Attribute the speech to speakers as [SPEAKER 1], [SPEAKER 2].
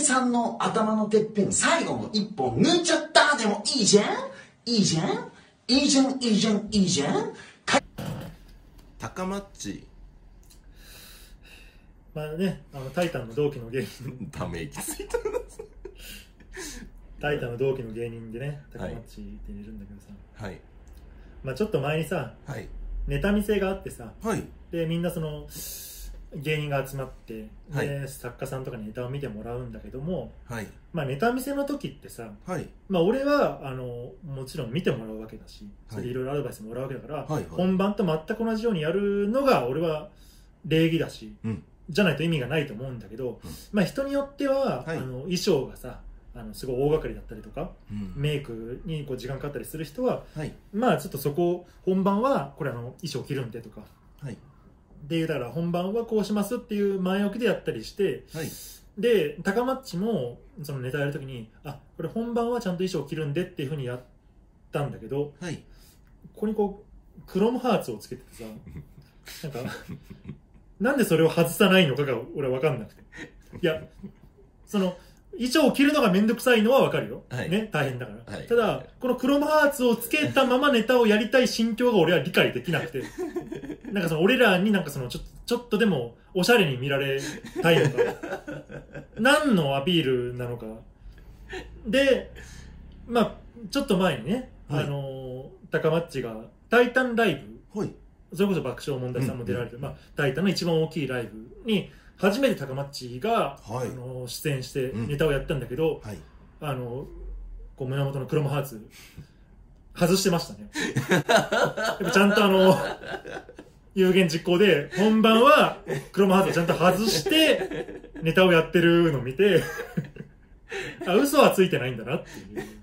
[SPEAKER 1] さんの頭のてっぺん最後の一本抜いちゃったでもいいじゃんいいじゃんいいじゃんいいじゃんいいじゃん
[SPEAKER 2] 高マッ チ
[SPEAKER 3] まあね、あの、タイタンの同期の芸 人、
[SPEAKER 2] ため息ついた
[SPEAKER 3] タイタンの同期の芸人でね、高
[SPEAKER 2] はい
[SPEAKER 3] 松っているんだけどさ、
[SPEAKER 2] はい
[SPEAKER 3] まあちょっと前にさ、
[SPEAKER 2] はい
[SPEAKER 3] ネタ見せがあってさ、
[SPEAKER 2] はい
[SPEAKER 3] で、みんなその、芸人が集まって、
[SPEAKER 2] は
[SPEAKER 3] で、作家さんとかにネタを見てもらうんだけども、
[SPEAKER 2] はい
[SPEAKER 3] まあネタ見せの時ってさ、
[SPEAKER 2] はい
[SPEAKER 3] まあ俺は、あの、もちろん見てもらうわけだし、それ
[SPEAKER 2] は
[SPEAKER 3] で
[SPEAKER 2] い
[SPEAKER 3] いろいろアドバイスもらうわけだから、
[SPEAKER 2] はいはい
[SPEAKER 3] 本番と全く同じようにやるのが俺は礼儀だし、
[SPEAKER 2] うん
[SPEAKER 3] じゃないと意味がないと思うんだけど、
[SPEAKER 2] うん
[SPEAKER 3] まあ、人によっては、
[SPEAKER 2] はい
[SPEAKER 3] あの衣装がさあのすごい大掛かりだったりとか
[SPEAKER 2] うん
[SPEAKER 3] メイクにこう時間かかったりする人は
[SPEAKER 2] はい
[SPEAKER 3] まあちょっとそこ本番はこれあの衣装着るんでとか
[SPEAKER 2] はい
[SPEAKER 3] でだから本番はこうしますっていう前置きでやったりして
[SPEAKER 2] はい
[SPEAKER 3] で高マッチもそのネタやるときにあこれ本番はちゃんと衣装着るんでっていうふうにやったんだけど、
[SPEAKER 2] はい
[SPEAKER 3] ここにこうクロムハーツをつけててさなんかなんでそれを外さないのかが俺は分かんなくていやその衣装を着るのが面倒くさいのは分かるよ、
[SPEAKER 2] はい
[SPEAKER 3] ね、大変だから、
[SPEAKER 2] はい
[SPEAKER 3] ただこのクロムハーツをつけたままネタをやりたい心境が俺は理解できなく てなんかその俺らになんかそのちょちょっとでもおしゃれに見られたいの か何のアピールなのかでまあちょっと前にね、
[SPEAKER 2] はい
[SPEAKER 3] あの高マッチが「タイタンライブ
[SPEAKER 2] はい」
[SPEAKER 3] それこそ爆笑問題さんも出られてる、
[SPEAKER 2] うん
[SPEAKER 3] まあ、タイタンの一番大きいライブに初めて高マッチが、
[SPEAKER 2] はい
[SPEAKER 3] あの出演して
[SPEAKER 2] うん
[SPEAKER 3] ネタをやったんだけど、
[SPEAKER 2] はい
[SPEAKER 3] あのこう胸元のクロムハーツ外してましたねやっぱちゃんとあの有言実行で本番はクロムハーツをちゃんと外してネタをやってるのを見てあ嘘はついてないんだなっていう。